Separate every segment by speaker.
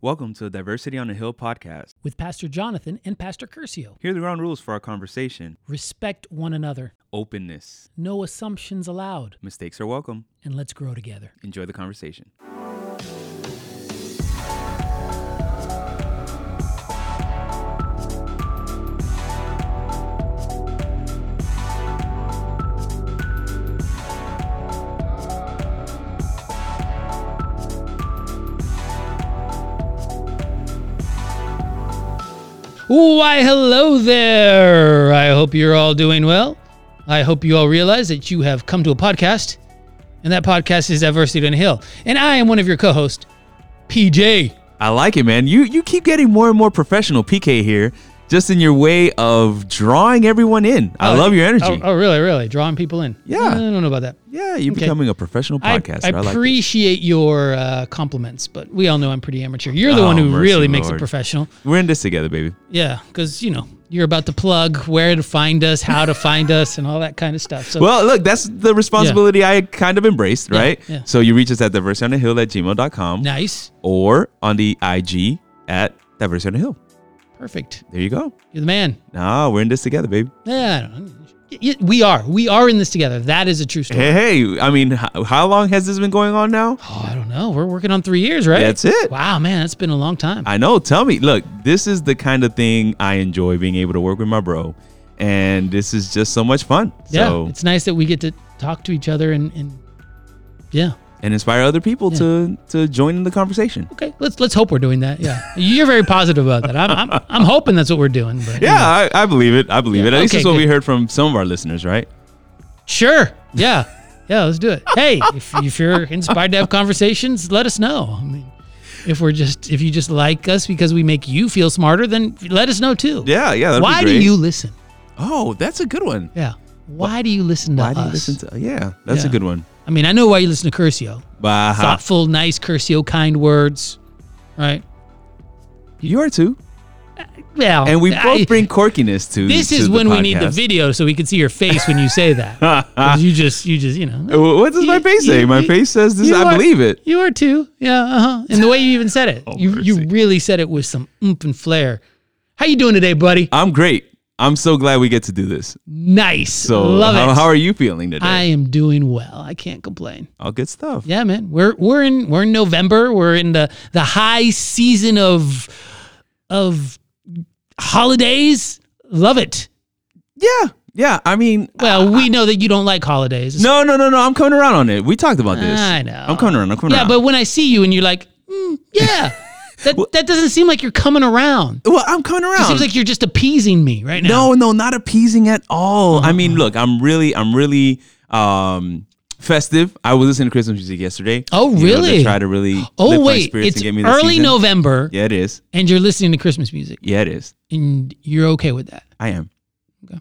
Speaker 1: Welcome to the Diversity on the Hill podcast.
Speaker 2: with Pastor Jonathan and Pastor Curcio.
Speaker 1: Here are the ground rules for our conversation
Speaker 2: Respect one another,
Speaker 1: openness.
Speaker 2: no assumptions allowed,
Speaker 1: Mistakes are welcome.
Speaker 2: and let's grow together.
Speaker 1: Enjoy the conversation.
Speaker 2: Why, hello there. I hope you're all doing well. I hope you all realize that you have come to a podcast, and that podcast is Diversity on a Hill. And I am one of your co hosts, PJ.
Speaker 1: I like it, man. You you keep getting more and more professional, PK here, just in your way of drawing everyone in. I love your energy.
Speaker 2: Oh, oh, really? Really? Drawing people in?
Speaker 1: Yeah.
Speaker 2: I don't know about that.
Speaker 1: yeah, you're
Speaker 2: okay.
Speaker 1: becoming a professional
Speaker 2: I,
Speaker 1: podcaster.
Speaker 2: I
Speaker 1: I, like it.
Speaker 2: appreciate your uh, compliments, but we all know I'm pretty amateur. You're the
Speaker 1: Oh,
Speaker 2: one who
Speaker 1: mercy,
Speaker 2: really makes it
Speaker 1: Lord.
Speaker 2: professional.
Speaker 1: We're in this together, baby.
Speaker 2: Yeah, because you know you're about to plug where to find us, how to find us, and all that kind of stuff. So
Speaker 1: Well, look, that's the responsibility I kind of embraced, right?
Speaker 2: yeah.
Speaker 1: So you reach us at diversityonahill at gmail.com
Speaker 2: nice,
Speaker 1: or on the IG at diversity on the hill.
Speaker 2: perfect.
Speaker 1: There you go.
Speaker 2: You're the man.
Speaker 1: Nah, we're in this together, baby.
Speaker 2: Yeah, I don't know. Y- y- we are. We are in this together. That is a true story.
Speaker 1: Hey, hey, I mean, how, how long has this been going on now?
Speaker 2: Oh, I don't know. We're working on three years, right?
Speaker 1: That's it.
Speaker 2: Wow, man, that's been a long time.
Speaker 1: I know. Tell me, look, this is the kind of thing I enjoy being able to work with my bro, and this is just so much fun.
Speaker 2: yeah,
Speaker 1: So
Speaker 2: it's nice that we get to talk to each other and, and yeah.
Speaker 1: and inspire other people
Speaker 2: Yeah.
Speaker 1: to to join in the conversation.
Speaker 2: Okay, let's let's hope we're doing that. Yeah, you're very positive about that. I'm I'm, I'm hoping that's what we're doing. But you know.
Speaker 1: Yeah, I, I believe it. I believe
Speaker 2: Yeah,
Speaker 1: it. At least
Speaker 2: okay,
Speaker 1: that's what we
Speaker 2: good.
Speaker 1: heard from some of our listeners, right?
Speaker 2: Sure. Yeah. Yeah, let's do it. Hey, if, if you're inspired to have conversations, let us know. I mean, if we're just if you just like us because we make you feel smarter, then let us know too.
Speaker 1: Yeah, yeah. that'd be
Speaker 2: Why do
Speaker 1: great.
Speaker 2: you listen?
Speaker 1: Oh, that's a good one.
Speaker 2: Yeah. Why do you listen to
Speaker 1: Why
Speaker 2: us?
Speaker 1: do you listen to? Yeah, that's a
Speaker 2: Yeah.
Speaker 1: good one.
Speaker 2: I mean, I know why you listen to Curcio.
Speaker 1: Bah,
Speaker 2: Thoughtful, nice Curcio, kind words. Right?
Speaker 1: you are too,
Speaker 2: Well,
Speaker 1: and we
Speaker 2: I-
Speaker 1: both bring quirkiness to.
Speaker 2: This
Speaker 1: to
Speaker 2: is
Speaker 1: the
Speaker 2: when we need the
Speaker 1: podcast.
Speaker 2: video so we can see your face when you say that. 'Cause you just you just, you know.
Speaker 1: Wh- What does my
Speaker 2: You-
Speaker 1: face say?
Speaker 2: you-
Speaker 1: My
Speaker 2: you-
Speaker 1: face says this.
Speaker 2: you
Speaker 1: I
Speaker 2: are-
Speaker 1: believe it. Oh,
Speaker 2: You are too. Yeah, uh-huh. And the way you even said it, you you
Speaker 1: mercy.
Speaker 2: really said it with some oomph and flair. How you doing today, buddy?
Speaker 1: I'm great. I'm so glad we get to do this.
Speaker 2: Nice.
Speaker 1: So,
Speaker 2: Love
Speaker 1: how,
Speaker 2: it.
Speaker 1: how are you feeling today?
Speaker 2: I am doing well. I can't complain.
Speaker 1: All good stuff.
Speaker 2: Yeah, man. We're we're in we're in November. We're in the the high season of of holidays. Love it.
Speaker 1: Yeah. Yeah. I mean,
Speaker 2: Well, we know that you don't like holidays.
Speaker 1: no, no, no, no. I'm coming around on it. We talked about this.
Speaker 2: I know.
Speaker 1: I'm coming around. I'm coming
Speaker 2: yeah,
Speaker 1: around.
Speaker 2: but when I see you and you're like, mm, yeah, that that doesn't seem like you're coming around.
Speaker 1: well, I'm coming
Speaker 2: It
Speaker 1: around.
Speaker 2: seems like you're just appeasing me right now.
Speaker 1: no, no, not appeasing at all. I mean,
Speaker 2: Uh-huh.
Speaker 1: look, I'm really, I'm really um festive. I was listening to Christmas music yesterday.
Speaker 2: Oh,
Speaker 1: You know,
Speaker 2: really?
Speaker 1: to try to really. lift
Speaker 2: Oh
Speaker 1: my
Speaker 2: wait,
Speaker 1: spirits
Speaker 2: it's
Speaker 1: and get me the
Speaker 2: early
Speaker 1: season.
Speaker 2: November,
Speaker 1: Yeah, it is.
Speaker 2: and you're listening to Christmas music,
Speaker 1: Yeah, it is.
Speaker 2: and you're okay with that.
Speaker 1: I am.
Speaker 2: Okay.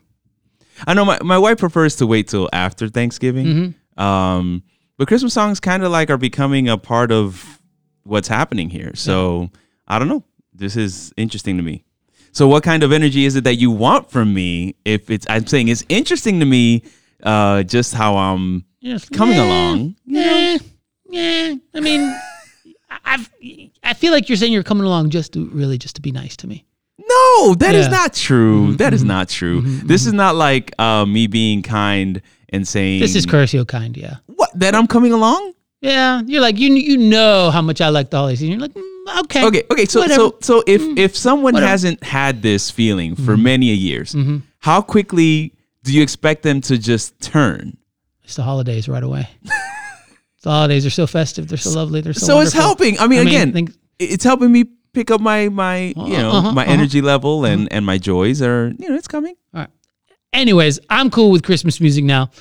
Speaker 1: I know my, my wife prefers to wait till after Thanksgiving.
Speaker 2: Mm-hmm.
Speaker 1: Um, but Christmas songs kind of like are becoming a part of what's happening here. So I don't know. This is interesting to me. So what kind of energy is it that you want from me? If it's, I'm saying it's interesting to me, uh, just how I'm
Speaker 2: Yes.
Speaker 1: coming
Speaker 2: Yeah,
Speaker 1: along. you know?
Speaker 2: Yeah, yeah. I mean, I- I've, I feel like you're saying you're coming along just to really just to be nice to me.
Speaker 1: No, that is
Speaker 2: Yeah. Mm-hmm.
Speaker 1: not true. That is not true. This is not like uh, me being kind and saying
Speaker 2: This is Curcio kind, yeah,
Speaker 1: what that I'm coming along.
Speaker 2: yeah. You're like you you know how much I like the holidays, and you're like mm, okay,
Speaker 1: Okay, okay. So,
Speaker 2: Whatever.
Speaker 1: so, so if if someone hasn't had this feeling for
Speaker 2: Mm-hmm.
Speaker 1: many a years, how quickly do you expect them to just turn?
Speaker 2: It's the holidays right away. the holidays are so festive, they're so lovely, they're so.
Speaker 1: So it's
Speaker 2: wonderful.
Speaker 1: helping. I mean,
Speaker 2: I mean,
Speaker 1: again,
Speaker 2: think-
Speaker 1: it's helping me pick up my my you know
Speaker 2: Uh-huh,
Speaker 1: my
Speaker 2: uh-huh.
Speaker 1: energy level and and my joys are you know it's coming.
Speaker 2: All right. Anyways, I'm cool with Christmas music now.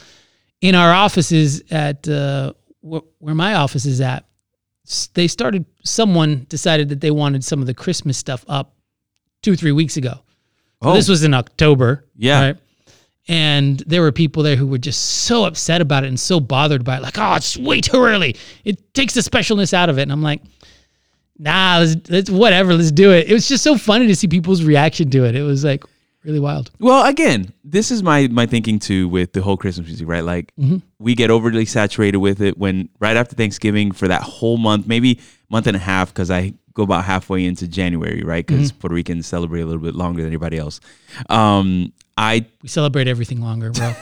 Speaker 2: In our offices at uh, wh- where my office is at, s- they started. Someone decided that they wanted some of the Christmas stuff up two three weeks ago. So
Speaker 1: Oh,
Speaker 2: This was in October.
Speaker 1: Yeah.
Speaker 2: And there were people there who were just so upset about it and so bothered by it. Like, oh, it's way too early. It takes the specialness out of it. And I'm like, nah, let's, let's whatever. Let's do it. It was just so funny to see people's reaction to it. It was like, really wild.
Speaker 1: Well, again, this is my my thinking too with the whole Christmas music, right? Like we get overly saturated with it when right after Thanksgiving for that whole month, maybe month and a half, because I go about halfway into January, right? Because Puerto Ricans celebrate a little bit longer than anybody else. Um, I
Speaker 2: We celebrate everything longer, bro.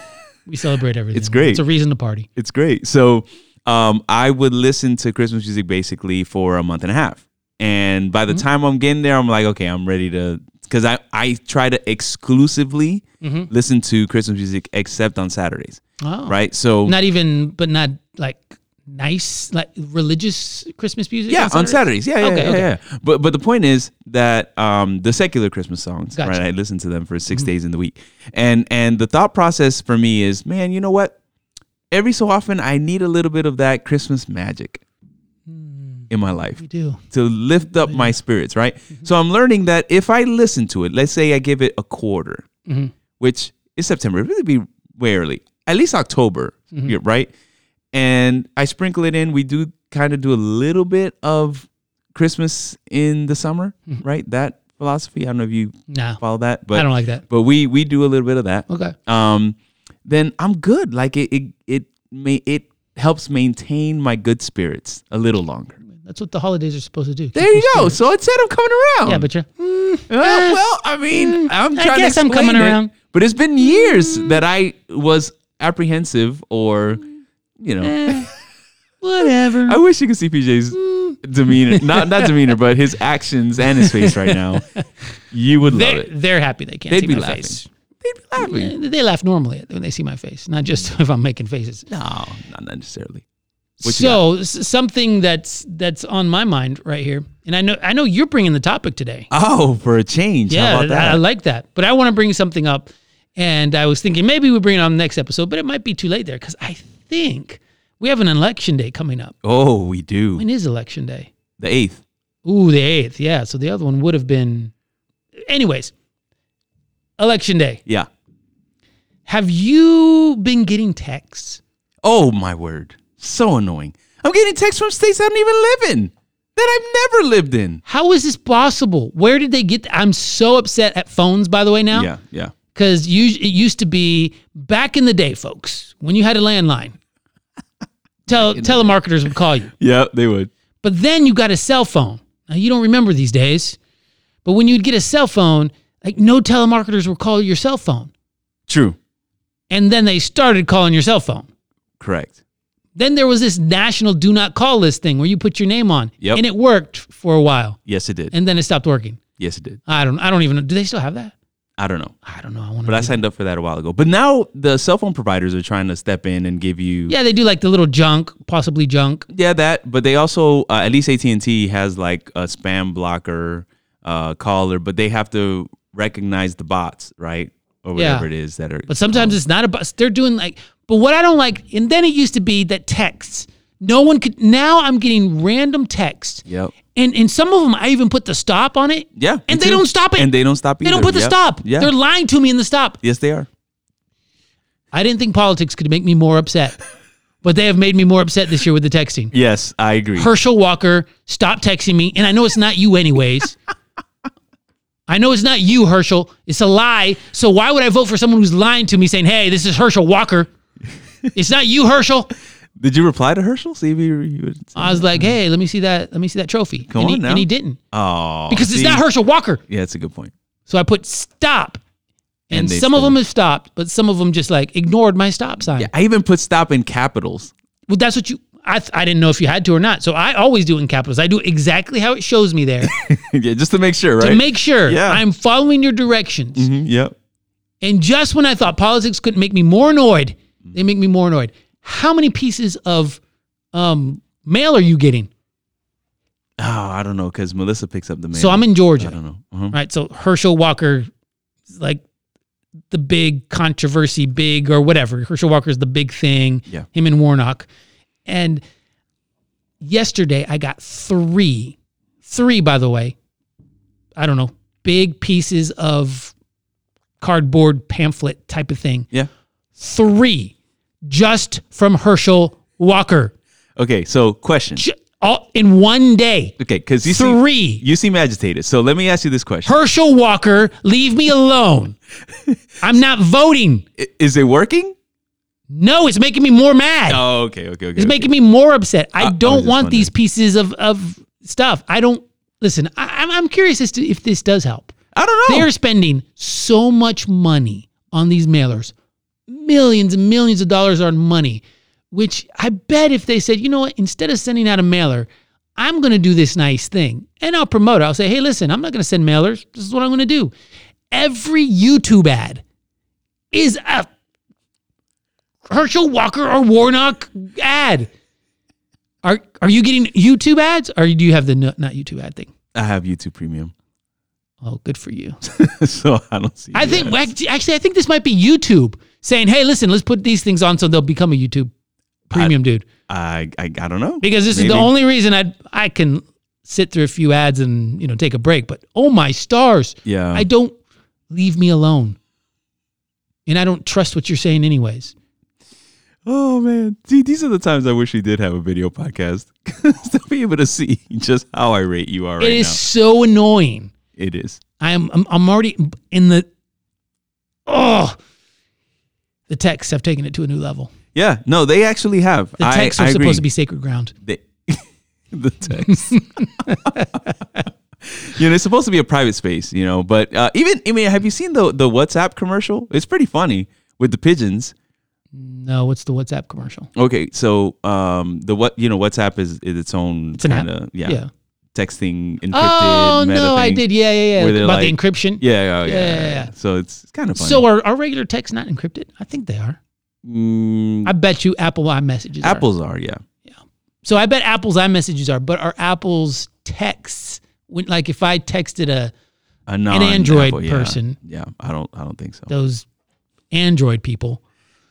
Speaker 2: we celebrate everything.
Speaker 1: It's great.
Speaker 2: It's a reason to party.
Speaker 1: it's great. So um, I would listen to Christmas music basically for a month and a half. And by the time I'm getting there, I'm like, okay, I'm ready to. Because I, I try to exclusively listen to Christmas music except on Saturdays,
Speaker 2: Oh.
Speaker 1: right? So
Speaker 2: Not even, but not like nice, like religious Christmas music.
Speaker 1: yeah, on
Speaker 2: Saturdays?
Speaker 1: Saturdays, yeah, yeah,
Speaker 2: Okay,
Speaker 1: yeah,
Speaker 2: okay.
Speaker 1: yeah, yeah. But but the point is that um, the secular Christmas songs,
Speaker 2: Gotcha. Mm-hmm.
Speaker 1: right? I listen to them for 6 days in the week, and and the thought process for me is, man, you know what? Every so often, I need a little bit of that Christmas magic
Speaker 2: Hmm.
Speaker 1: in my life
Speaker 2: We do.
Speaker 1: to lift up my spirits, right?
Speaker 2: Mm-hmm.
Speaker 1: So I'm learning that if I listen to it, let's say I give it a quarter,
Speaker 2: Mm-hmm.
Speaker 1: which is September, it'd really be rarely, at least October,
Speaker 2: Mm-hmm.
Speaker 1: yeah, right? And I sprinkle it in. We do kind of do a little bit of Christmas in the summer, right? That philosophy. I don't know if you
Speaker 2: Nah,
Speaker 1: follow that, but
Speaker 2: Mm-hmm. I don't like that.
Speaker 1: But we we do a little bit of that
Speaker 2: Okay.
Speaker 1: um, then I'm good. Like it, it, it, may, it helps maintain my good spirits a little longer.
Speaker 2: That's what the holidays are supposed to do.
Speaker 1: There you go. So it said I'm coming around.
Speaker 2: Yeah, but you're.
Speaker 1: well, well, I mean, I'm
Speaker 2: I
Speaker 1: trying
Speaker 2: guess
Speaker 1: to
Speaker 2: I'm
Speaker 1: explain
Speaker 2: coming
Speaker 1: it,
Speaker 2: around. Mm.
Speaker 1: But it's been years that I was apprehensive, or you know,
Speaker 2: eh, whatever.
Speaker 1: I wish you could see PJ's
Speaker 2: Mm.
Speaker 1: demeanor, not not demeanor, but his actions and his face right now. You would love
Speaker 2: They're,
Speaker 1: it.
Speaker 2: they're happy they can't
Speaker 1: They'd
Speaker 2: see
Speaker 1: be
Speaker 2: my
Speaker 1: laughing.
Speaker 2: face.
Speaker 1: They'd be laughing.
Speaker 2: Eh, They laugh normally when they see my face, not just if I'm making faces.
Speaker 1: No, not necessarily. What you
Speaker 2: So s- something that's that's on my mind right here, and I know I know you're bringing the topic today.
Speaker 1: Oh, for a change.
Speaker 2: yeah,
Speaker 1: How about that?
Speaker 2: I, I like that, but I want to bring something up, and I was thinking maybe we bring it on the next episode, but it might be too late there because I think we have an election day coming up.
Speaker 1: Oh, we do.
Speaker 2: When is election day?
Speaker 1: The eighth.
Speaker 2: Ooh, the eighth. Yeah. So the other one would have been. Anyways, election day.
Speaker 1: Yeah.
Speaker 2: Have you been getting texts?
Speaker 1: Oh my word. So annoying. I'm getting texts from states I don't even live in. That I've never lived in.
Speaker 2: How is this possible? Where did they get? th- I'm so upset at phones, by the way, now.
Speaker 1: Yeah, yeah.
Speaker 2: Because it used to be back in the day, folks, when you had a landline, tel- telemarketers would call you.
Speaker 1: Yeah, they would.
Speaker 2: But then you got a cell phone. Now you don't remember these days, but when you'd get a cell phone, like no telemarketers would call your cell phone.
Speaker 1: True.
Speaker 2: And then they started calling your cell phone.
Speaker 1: Correct.
Speaker 2: Then there was this national do not call list thing where you put your name on.
Speaker 1: Yep.
Speaker 2: And it worked for a while.
Speaker 1: Yes, it did.
Speaker 2: And then it stopped working.
Speaker 1: yes, it did.
Speaker 2: I don't I don't even know. Do they still have that?
Speaker 1: I don't know.
Speaker 2: I don't know. I want
Speaker 1: But I signed up for that a while ago. But now the cell phone providers are trying to step in and give you
Speaker 2: Yeah, they do like the little junk, possibly junk.
Speaker 1: Yeah, that. But they also, uh, at least AT and T has like a spam blocker uh, caller, but they have to recognize the bots, right, or
Speaker 2: Yeah.
Speaker 1: whatever it is that are.
Speaker 2: But sometimes it's not about they're doing like but what I don't like and then it used to be that texts. No one could now I'm getting random texts.
Speaker 1: Yep.
Speaker 2: And and some of them I even put the stop on it.
Speaker 1: Yeah, me
Speaker 2: And they
Speaker 1: too.
Speaker 2: don't stop it.
Speaker 1: And they don't stop.
Speaker 2: They don't
Speaker 1: either.
Speaker 2: put the
Speaker 1: Yep.
Speaker 2: stop.
Speaker 1: Yeah.
Speaker 2: They're lying to me in the stop.
Speaker 1: yes, they are.
Speaker 2: I didn't think politics could make me more upset, but they have made me more upset this year with the texting.
Speaker 1: Yes, I agree.
Speaker 2: Herschel Walker, stop texting me. And I know it's not you, anyways. I know it's not you, Herschel. It's a lie. So why would I vote for someone who's lying to me saying, hey, this is Herschel Walker? It's not you, Herschel.
Speaker 1: Did you reply to Herschel? See if you, you would.
Speaker 2: I was like, hey, let me see that. Let me see that trophy.
Speaker 1: Come
Speaker 2: and, he,
Speaker 1: on now.
Speaker 2: and he didn't
Speaker 1: Oh,
Speaker 2: because it's not Herschel Walker.
Speaker 1: Yeah, that's a good point.
Speaker 2: So I put stop. And,
Speaker 1: And they
Speaker 2: some of
Speaker 1: still-
Speaker 2: them have stopped, but some of them just like ignored my stop sign.
Speaker 1: Yeah, I even put stop in capitals.
Speaker 2: Well, that's what you. I, th- I didn't know if you had to or not. So I always do it in capitals. I do exactly how it shows me there
Speaker 1: yeah, just to make sure, right?
Speaker 2: to make sure
Speaker 1: Yeah.
Speaker 2: I'm following your directions.
Speaker 1: Mhm, yep.
Speaker 2: And just when I thought politics couldn't make me more annoyed, they make me more annoyed. How many pieces of um, mail are you getting?
Speaker 1: Oh, I don't know because Melissa picks up the mail.
Speaker 2: So I'm in
Speaker 1: I
Speaker 2: Georgia,
Speaker 1: don't know. Uh-huh.
Speaker 2: right? So Herschel Walker, is like the big controversy, big or whatever. Herschel Walker's the big thing.
Speaker 1: Yeah.
Speaker 2: Him and Warnock. And yesterday I got three, three, by the way, I don't know, big pieces of cardboard pamphlet type of thing.
Speaker 1: Yeah.
Speaker 2: Three just from Herschel Walker.
Speaker 1: Okay. So question.
Speaker 2: Ju- all in one day.
Speaker 1: Okay, because you
Speaker 2: Three.
Speaker 1: seem, you seem agitated. So let me ask you this question:
Speaker 2: Herschel Walker, leave me alone. I'm not voting.
Speaker 1: I- Is it working?
Speaker 2: No, it's making me more mad.
Speaker 1: Oh, okay, okay, okay.
Speaker 2: It's making me more upset. I
Speaker 1: I was
Speaker 2: don't
Speaker 1: just
Speaker 2: want these
Speaker 1: wondering.
Speaker 2: pieces of, of stuff. I don't listen. I, I'm I'm curious as to if this does help.
Speaker 1: I don't know.
Speaker 2: They are spending so much money on these mailers, millions and millions of dollars on money. Which I bet if they said, you know what, instead of sending out a mailer, I'm going to do this nice thing and I'll promote it. I'll say, hey, listen, I'm not going to send mailers. This is what I'm going to do. Every YouTube ad is a Herschel Walker or Warnock ad. Are are you getting YouTube ads? Or do you have the no, not YouTube ad thing?
Speaker 1: I have YouTube Premium,
Speaker 2: Oh, good for you.
Speaker 1: so I don't see.
Speaker 2: I
Speaker 1: the
Speaker 2: think
Speaker 1: ads.
Speaker 2: well, act- actually, I think this might be YouTube saying, "Hey, listen, let's put these things on so they'll become a YouTube premium, dude."
Speaker 1: I, I I don't know
Speaker 2: Because this is the
Speaker 1: Maybe.
Speaker 2: only reason I I can sit through a few ads and you know take a break. But oh my stars,
Speaker 1: Yeah,
Speaker 2: I don't leave me alone, and I don't trust what you're saying, anyways.
Speaker 1: Oh man, see, these are the times I wish we did have a video podcast 'Cause to be able to see just how irate you are right
Speaker 2: it is so annoying.
Speaker 1: now. It is.
Speaker 2: I'm, I'm I'm already in the oh the texts have taken it to a new level.
Speaker 1: Yeah, no, they actually have.
Speaker 2: The
Speaker 1: I-
Speaker 2: texts
Speaker 1: I,
Speaker 2: are
Speaker 1: agree.
Speaker 2: supposed to be sacred ground.
Speaker 1: They- the text. you know, it's supposed to be a private space, you know. But uh, even, I mean, have you seen the the WhatsApp commercial? It's pretty funny with the pigeons.
Speaker 2: No, what's the WhatsApp commercial?
Speaker 1: Okay, so um, the what you know, WhatsApp is, is its own
Speaker 2: an app.
Speaker 1: kind of yeah,
Speaker 2: Yeah.
Speaker 1: texting encrypted.
Speaker 2: Oh
Speaker 1: meta
Speaker 2: no, I
Speaker 1: thing.
Speaker 2: did. Yeah, yeah,
Speaker 1: Where
Speaker 2: yeah.
Speaker 1: they're
Speaker 2: About the
Speaker 1: like-
Speaker 2: encryption.
Speaker 1: Yeah, yeah, yeah.
Speaker 2: Yeah, yeah,
Speaker 1: yeah,
Speaker 2: yeah.
Speaker 1: yeah. So it's, it's kind of funny.
Speaker 2: So are our regular texts not encrypted? I think they are.
Speaker 1: Mm,
Speaker 2: I bet you Apple iMessages are.
Speaker 1: Apples are, yeah.
Speaker 2: So I bet Apple's iMessages are, but are Apple's texts when like if I texted uh, a
Speaker 1: A non-
Speaker 2: Android
Speaker 1: Apple, yeah.
Speaker 2: person.
Speaker 1: Yeah, I don't, I don't think so.
Speaker 2: those Android people,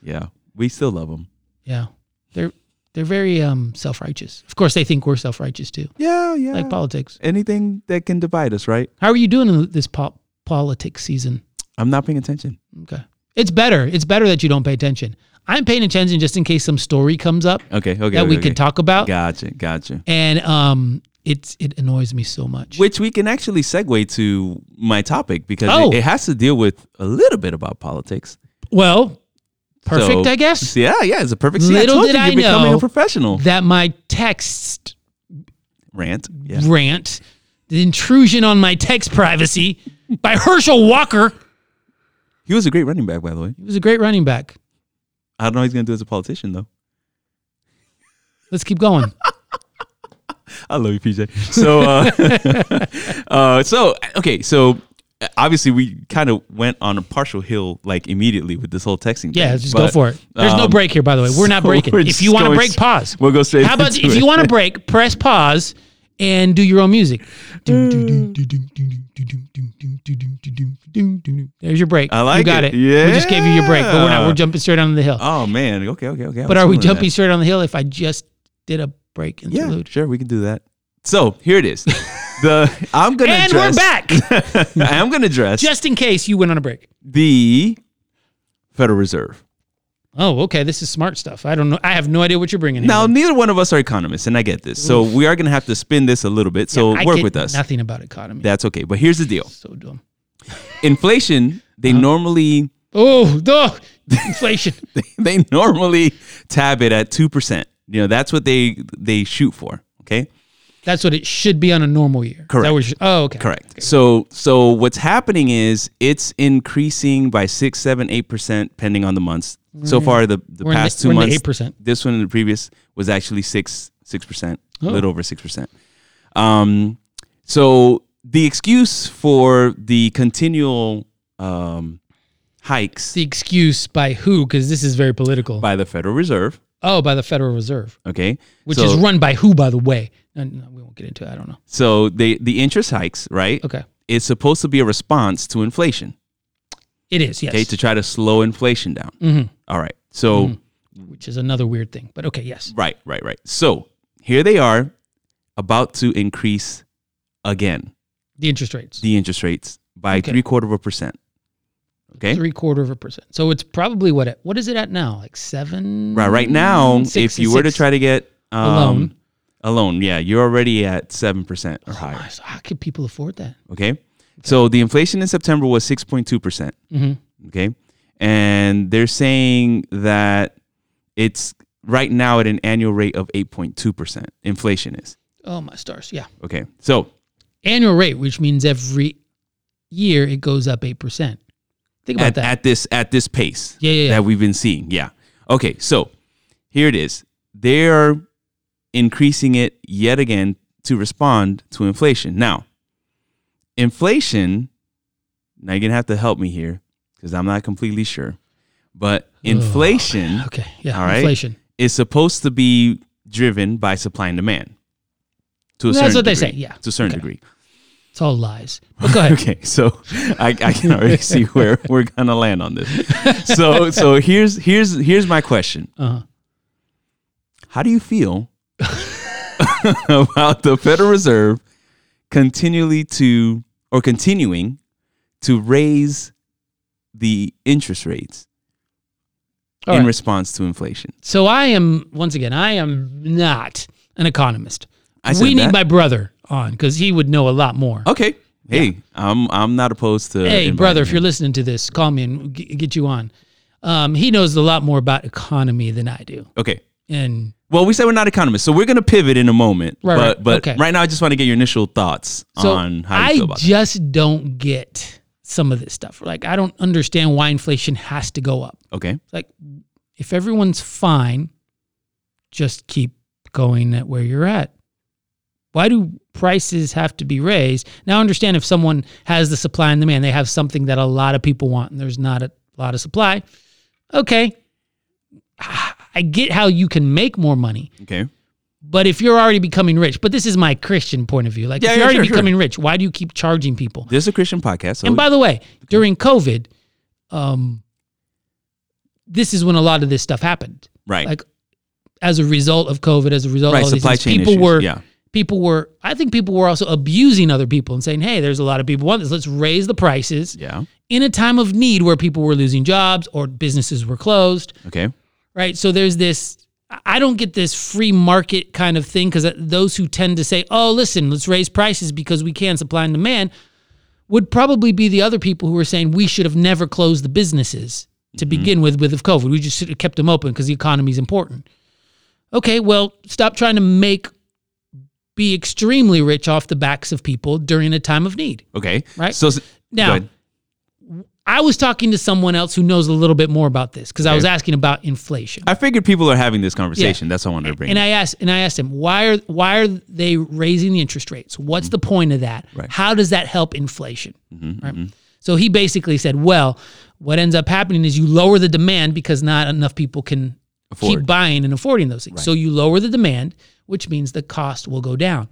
Speaker 1: Yeah, we still love them.
Speaker 2: yeah. They're they're very um self righteous. Of course they think we're self righteous too.
Speaker 1: Yeah, yeah.
Speaker 2: Like politics.
Speaker 1: Anything that can divide us, right?
Speaker 2: How are you doing in this pop politics season?
Speaker 1: I'm not paying attention.
Speaker 2: Okay. It's better. It's better that you don't pay attention. I'm paying attention just in case some story comes up
Speaker 1: Okay, okay.
Speaker 2: that
Speaker 1: okay,
Speaker 2: we
Speaker 1: okay.
Speaker 2: could talk about.
Speaker 1: Gotcha, gotcha.
Speaker 2: and um it's it annoys me so much
Speaker 1: Which we can actually segue to my topic because
Speaker 2: Oh.
Speaker 1: it, it has to deal with a little bit about politics.
Speaker 2: well perfect
Speaker 1: So-
Speaker 2: i guess
Speaker 1: Yeah, yeah. It's a perfect. See,
Speaker 2: Little
Speaker 1: I told
Speaker 2: did
Speaker 1: you,
Speaker 2: I
Speaker 1: you're becoming
Speaker 2: know
Speaker 1: a professional.
Speaker 2: that my text
Speaker 1: Rant. Yeah.
Speaker 2: rant the intrusion on my text privacy by herschel walker
Speaker 1: He was a great running back, by the way.
Speaker 2: he was a great running back
Speaker 1: I don't know what he's gonna do as a politician though.
Speaker 2: let's keep going
Speaker 1: I love you, PJ. So, uh, uh, so okay, so uh, obviously we kind of went on a partial hill like immediately with this whole texting.
Speaker 2: yeah
Speaker 1: thing,
Speaker 2: just go
Speaker 1: but
Speaker 2: for it there's no
Speaker 1: um,
Speaker 2: break here by the way we're not
Speaker 1: so
Speaker 2: breaking
Speaker 1: we're
Speaker 2: if
Speaker 1: just
Speaker 2: you want to
Speaker 1: going
Speaker 2: break
Speaker 1: s-
Speaker 2: pause
Speaker 1: We'll go straight.
Speaker 2: how about
Speaker 1: into
Speaker 2: if you
Speaker 1: it.
Speaker 2: want to break press pause and do your own music there's your break
Speaker 1: I like
Speaker 2: you got it,
Speaker 1: it.
Speaker 2: we just gave you your break but we're not
Speaker 1: Yeah.
Speaker 2: we're jumping straight on the hill
Speaker 1: Oh man, okay, okay, okay. I
Speaker 2: But
Speaker 1: was
Speaker 2: are we
Speaker 1: feeling that.
Speaker 2: jumping straight on the hill if I just did a break
Speaker 1: Yeah,
Speaker 2: interlude?
Speaker 1: sure, we can do that. So here it is. the I'm gonna
Speaker 2: And we're
Speaker 1: address,
Speaker 2: back.
Speaker 1: I'm gonna address
Speaker 2: Just in case you went on a break.
Speaker 1: the Federal Reserve.
Speaker 2: Oh, okay. This is smart stuff. I don't know. I have no idea what you're bringing.
Speaker 1: Now,
Speaker 2: here.
Speaker 1: neither one of us are economists, and I get this. So we are gonna have to spin this a little bit. So
Speaker 2: I
Speaker 1: work
Speaker 2: get
Speaker 1: with us.
Speaker 2: Nothing about economy.
Speaker 1: That's okay. But here's the deal.
Speaker 2: so dumb.
Speaker 1: inflation they normally
Speaker 2: Oh, the inflation.
Speaker 1: they normally tab it at 2% you know that's what they they shoot for okay
Speaker 2: That's what it should be on a normal year. Is that
Speaker 1: Correct.
Speaker 2: what you- oh, okay.
Speaker 1: correct so so what's happening is it's increasing by 6 7 8% depending on the months so far the, the
Speaker 2: We're in the-
Speaker 1: past
Speaker 2: we're
Speaker 1: two
Speaker 2: in the
Speaker 1: months
Speaker 2: 8%.
Speaker 1: this one and the previous was actually 6 6%
Speaker 2: Oh.
Speaker 1: a little over 6% um so the excuse for the continual um hikes
Speaker 2: The excuse by who? Because this is very political.
Speaker 1: by the federal reserve
Speaker 2: oh, by the Federal Reserve,
Speaker 1: okay
Speaker 2: which
Speaker 1: So-
Speaker 2: is run by who, by the way. No, no, we won't get into it. I don't know.
Speaker 1: So the the interest hikes, right?
Speaker 2: Okay.
Speaker 1: It's supposed to be a response to inflation,
Speaker 2: It is, yes. Mm-hmm.
Speaker 1: okay, to try to slow inflation down. All right. So
Speaker 2: which is another weird thing. But okay, yes.
Speaker 1: right, right, right. So here they are, about to increase again
Speaker 2: The interest rates.
Speaker 1: the interest rates by
Speaker 2: Okay.
Speaker 1: three quarter of a percent. Okay.
Speaker 2: three quarter of a percent. So it's probably what it, what is it at now? Like seven.
Speaker 1: Right. Right now,
Speaker 2: Mm-hmm. six-
Speaker 1: if you were to
Speaker 2: six
Speaker 1: try to get um,
Speaker 2: loan.
Speaker 1: alone, yeah, you're already at 7% or higher.
Speaker 2: Oh, So how can people afford that?
Speaker 1: Okay. So the inflation in September was 6.2%. percent
Speaker 2: Mm-hmm.
Speaker 1: Okay. And they're saying that it's right now at an annual rate of 8.2%. Inflation is.
Speaker 2: Oh my stars! Yeah,
Speaker 1: Okay. So
Speaker 2: annual rate, which means every year it goes up eight percent. Think about
Speaker 1: at,
Speaker 2: that.
Speaker 1: at this at this pace
Speaker 2: Yeah, yeah, yeah.
Speaker 1: that we've been seeing. Yeah. Okay. So here it is. They're increasing it yet again to respond to inflation. Now, inflation, now you're going to have to help me here because I'm not completely sure. But inflation
Speaker 2: okay, yeah,
Speaker 1: All right.
Speaker 2: inflation.
Speaker 1: is supposed to be driven by supply and demand. To a
Speaker 2: That's
Speaker 1: certain
Speaker 2: what they
Speaker 1: degree.
Speaker 2: say, yeah.
Speaker 1: To a certain
Speaker 2: Okay.
Speaker 1: degree.
Speaker 2: It's all lies. But go ahead.
Speaker 1: Okay, so I, I can already see where we're gonna land on this. So so here's here's here's my question.
Speaker 2: Uh-huh.
Speaker 1: How do you feel about the Federal Reserve continually to or continuing to raise the interest rates
Speaker 2: All
Speaker 1: in
Speaker 2: right.
Speaker 1: response to inflation?
Speaker 2: So I am once again, I am not an economist.
Speaker 1: I said
Speaker 2: we need
Speaker 1: that. Oh,
Speaker 2: my brother on because he would know a lot more.
Speaker 1: Okay. Hey, I'm I'm not opposed to
Speaker 2: hey,
Speaker 1: inviting
Speaker 2: brother, if
Speaker 1: him.
Speaker 2: you're listening to this, call me and g- get you on. Um, he knows a lot more about economy than I do,
Speaker 1: Okay.
Speaker 2: and
Speaker 1: Well, we said we're not economists, so we're gonna pivot in a moment.
Speaker 2: Right,
Speaker 1: but
Speaker 2: right.
Speaker 1: but
Speaker 2: Okay.
Speaker 1: right now, I just want to get your initial thoughts
Speaker 2: so
Speaker 1: on how you
Speaker 2: I
Speaker 1: feel about it.
Speaker 2: just don't get some of this stuff. Like I don't understand why inflation has to go up.
Speaker 1: Okay.
Speaker 2: It's like if everyone's fine, just keep going at where you're at. Why do prices have to be raised? Now, I understand if someone has the supply and demand, they have something that a lot of people want and there's not a lot of supply. Okay. I get how you can make more money,
Speaker 1: Okay.
Speaker 2: but if you're already becoming rich, but this is my Christian point of view. Like,
Speaker 1: Yeah,
Speaker 2: if you're
Speaker 1: yeah,
Speaker 2: already
Speaker 1: sure, sure.
Speaker 2: becoming rich, why do you keep charging people?
Speaker 1: This is a Christian podcast, so
Speaker 2: And by the way, during COVID, um, this is when a lot of this stuff happened.
Speaker 1: right,
Speaker 2: Like as a result of COVID, as a result
Speaker 1: right.
Speaker 2: of all these
Speaker 1: Supply
Speaker 2: things,
Speaker 1: chain
Speaker 2: people
Speaker 1: issues.
Speaker 2: were
Speaker 1: yeah.
Speaker 2: people were I think people were also abusing other people and saying, Hey, there's a lot of people want this. Let's raise the prices
Speaker 1: Yeah.
Speaker 2: in a time of need where people were losing jobs or businesses were closed
Speaker 1: Okay.
Speaker 2: right? So there's this. I don't get this free market kind of thing because those who tend to say, "Oh, listen, let's raise prices because we can supply and demand," would probably be the other people who are saying we should have never closed the businesses to begin with. With of COVID, we just should have kept them open because the economy is important. Okay, well, stop trying to make be extremely rich off the backs of people during a time of need.
Speaker 1: Okay.
Speaker 2: Right.
Speaker 1: So s-
Speaker 2: Now,
Speaker 1: go ahead.
Speaker 2: I was talking to someone else who knows a little bit more about this because I was asking about inflation.
Speaker 1: I figured people are having this conversation. That's what I wanted to bring.
Speaker 2: And I asked, and I asked him, why are why are they raising the interest rates? What's the point of that?
Speaker 1: Mm. Right.
Speaker 2: How does that help inflation? Right? So he basically said, well, what ends up happening is you lower the demand because not enough people can
Speaker 1: Afford.
Speaker 2: keep buying and affording those things. So you lower the demand, which means the cost will go down.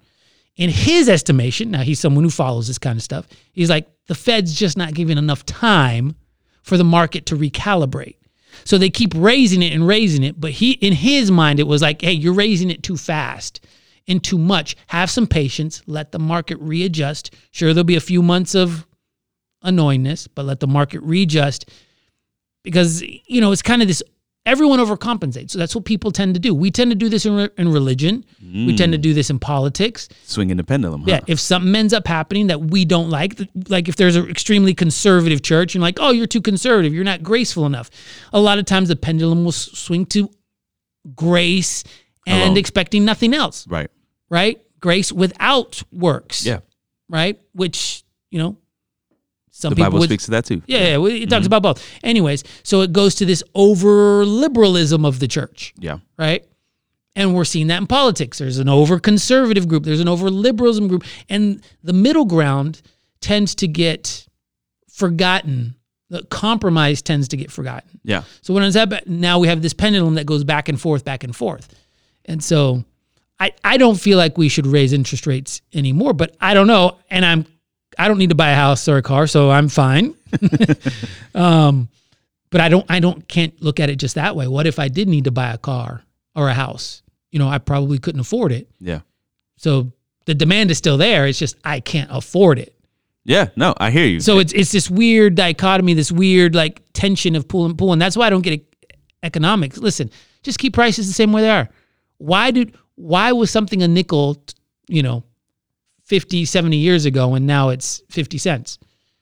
Speaker 2: In his estimation, now he's someone who follows this kind of stuff. He's like, the Fed's just not giving enough time for the market to recalibrate. So they keep raising it and raising it, but he in his mind it was like, hey, you're raising it too fast and too much. Have some patience, let the market readjust. Sure there'll be a few months of annoyingness, but let the market readjust because you know, it's kind of this everyone overcompensates. So that's what people tend to do. We tend to do this in, re- in religion. We
Speaker 1: Mm.
Speaker 2: tend to do this in politics.
Speaker 1: Swinging the pendulum. Huh?
Speaker 2: Yeah, if something ends up happening that we don't like, th- like if there's an extremely conservative church and like, oh, you're too conservative, you're not graceful enough. A lot of times the pendulum will s- swing to grace and
Speaker 1: Hello.
Speaker 2: expecting nothing else,
Speaker 1: Right.
Speaker 2: right? Grace without works,
Speaker 1: Yeah.
Speaker 2: right? Which you know, some
Speaker 1: The
Speaker 2: people
Speaker 1: Bible
Speaker 2: would,
Speaker 1: speaks to that too.
Speaker 2: Yeah, yeah, well, it talks about both. Anyways, so it goes to this over liberalism of the church
Speaker 1: Yeah.
Speaker 2: right? And we're seeing that in politics. There's an over conservative group, there's an over liberalism group, and the middle ground tends to get forgotten. The compromise tends to get forgotten.
Speaker 1: Yeah.
Speaker 2: So when it's up, now we have this pendulum that goes back and forth, back and forth. And so I, I don't feel like we should raise interest rates anymore, but I don't know. And I'm, I don't need to buy a house or a car, so I'm fine. um, but I don't, I don't, can't look at it just that way. What if I did need to buy a car or a house? You know, I probably couldn't afford it.
Speaker 1: Yeah.
Speaker 2: So the demand is still there. It's just, I can't afford it.
Speaker 1: Yeah. No, I hear you.
Speaker 2: So it's it's this weird dichotomy, this weird like tension of pull and pull, and that's why I don't get e- economics. Listen, just keep prices the same way they are. Why do why was something a nickel, t- you know, 50, 70 years ago and now it's 50 cents?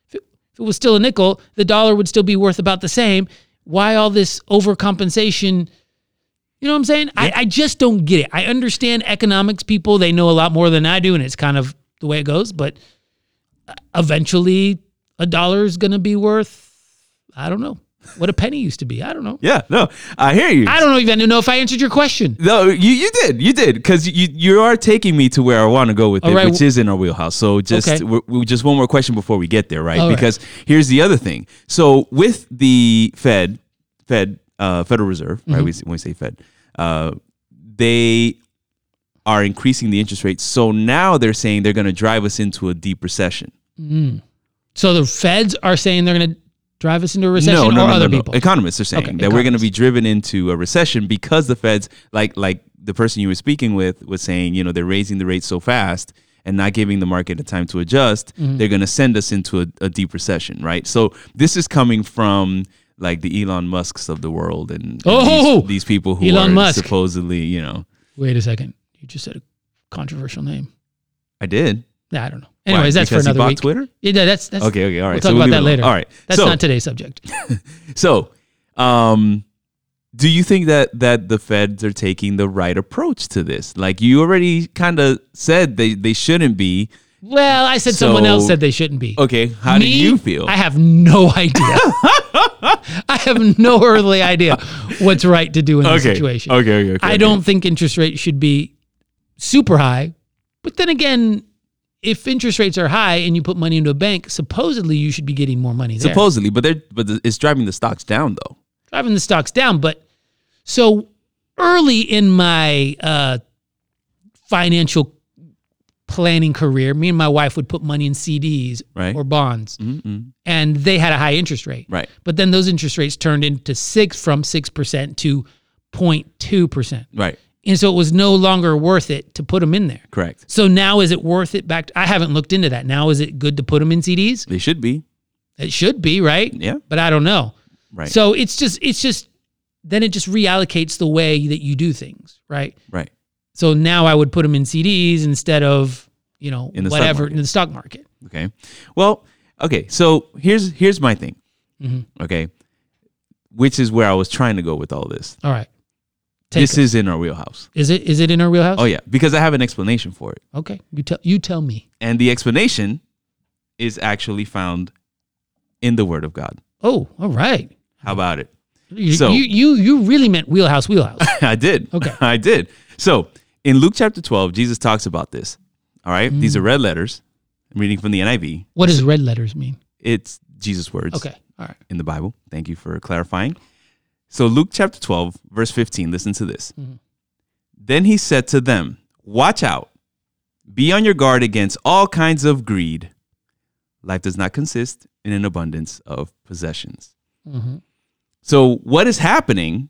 Speaker 2: If it, if it was still a nickel, the dollar would still be worth about the same. Why all this overcompensation? You know what I'm saying? I, I just don't get it. I understand economics people, they know a lot more than I do, and it's kind of the way it goes, but eventually a dollar is going to be worth, I don't know, what a penny used to be. I don't know.
Speaker 1: Yeah, no, I hear you.
Speaker 2: I don't even know if I answered your question.
Speaker 1: No, you, you did, you did, because you you are taking me to where I want to go with
Speaker 2: All
Speaker 1: it,
Speaker 2: right.
Speaker 1: which is in our wheelhouse. So just
Speaker 2: Okay.
Speaker 1: we we- just one more question before we get there, right?
Speaker 2: All right.
Speaker 1: because here's the other thing. So with the Fed, Fed, uh, Federal Reserve, right? We, s- when we say Fed, uh, they are increasing the interest rates. So now they're saying they're going to drive us into a deep recession.
Speaker 2: So the feds are saying they're going to drive us into a recession or other people.
Speaker 1: Economists are saying
Speaker 2: Okay,
Speaker 1: that we're going to be driven into a recession because the Feds, like like the person you were speaking with, was saying, you know, they're raising the rates so fast and not giving the market the time to adjust.
Speaker 2: Mm-hmm.
Speaker 1: They're going to send us into a, a deep recession, right? So this is coming from like the Elon Musk's of the world and, and
Speaker 2: Oh!
Speaker 1: these, these people who
Speaker 2: Elon
Speaker 1: are
Speaker 2: Musk.
Speaker 1: supposedly, you know,
Speaker 2: Wait a second. You just said a controversial name.
Speaker 1: I did.
Speaker 2: Nah, I don't know.
Speaker 1: Why?
Speaker 2: Anyways, that's for
Speaker 1: Because he
Speaker 2: another
Speaker 1: bought
Speaker 2: week.
Speaker 1: Twitter?
Speaker 2: Yeah, no, that's that's
Speaker 1: Okay, okay, all right.
Speaker 2: We'll
Speaker 1: So
Speaker 2: talk
Speaker 1: we'll
Speaker 2: about
Speaker 1: leave it alone.
Speaker 2: that later.
Speaker 1: All right.
Speaker 2: That's
Speaker 1: So-
Speaker 2: not today's subject.
Speaker 1: So, um, do you think that that the feds are taking the right approach to this? Like you already kind of said they they shouldn't be.
Speaker 2: Well, I said someone else
Speaker 1: So-
Speaker 2: said they shouldn't be.
Speaker 1: Okay, how do
Speaker 2: Me?
Speaker 1: you feel?
Speaker 2: I have no idea. I have no earthly idea what's right to do in this
Speaker 1: okay.
Speaker 2: situation.
Speaker 1: okay, okay, okay.
Speaker 2: I don't think interest rates should be super high. But then again, if interest rates are high and you put money into a bank, supposedly you should be getting more money there.
Speaker 1: supposedly, but they're but the- it's driving the stocks down though.
Speaker 2: driving the stocks down. But so early in my uh, financial planning career, me and my wife would put money in CDs
Speaker 1: Right.
Speaker 2: or bonds, and they had a high interest rate.
Speaker 1: Mm-hmm. Right.
Speaker 2: But then those interest rates turned into six from six percent to 0.2 percent,
Speaker 1: Right,
Speaker 2: and so it was no longer worth it to put them in there.
Speaker 1: correct.
Speaker 2: So now is it worth it back? To, I haven't looked into that. Now is it good to put them in CDs?
Speaker 1: They should be
Speaker 2: It should be, right?
Speaker 1: Yeah.
Speaker 2: But I don't know.
Speaker 1: right,
Speaker 2: So it's just it's just then it just reallocates the way that you do things, right?
Speaker 1: right,
Speaker 2: So now I would put them in CDs instead of you know
Speaker 1: In the stock
Speaker 2: whatever
Speaker 1: market.
Speaker 2: in the stock market.
Speaker 1: okay. Well, okay. So here's here's my thing.
Speaker 2: Mm-hmm.
Speaker 1: Okay, which is where I was trying to go with all this.
Speaker 2: All right. Take
Speaker 1: this
Speaker 2: it.
Speaker 1: is in our wheelhouse.
Speaker 2: Is it is it in our wheelhouse?
Speaker 1: Oh yeah, because I have an explanation for it.
Speaker 2: Okay. You tell you tell me.
Speaker 1: And the explanation is actually found in the Word of God.
Speaker 2: Oh, all right.
Speaker 1: How about it?
Speaker 2: You
Speaker 1: So-
Speaker 2: you you, you really meant wheelhouse wheelhouse.
Speaker 1: I did.
Speaker 2: Okay.
Speaker 1: I did. So in Luke chapter 12, Jesus talks about this. All right. These are red letters. I'm reading from the NIV.
Speaker 2: what does red letters mean?
Speaker 1: It's Jesus' words
Speaker 2: Okay. All right.
Speaker 1: in the Bible. Thank you for clarifying. So Luke chapter 12, verse 15, listen to this.
Speaker 2: Mm-hmm.
Speaker 1: Then he said to them, Watch out, be on your guard against all kinds of greed. Life does not consist in an abundance of possessions.
Speaker 2: Mm-hmm.
Speaker 1: So, what is happening,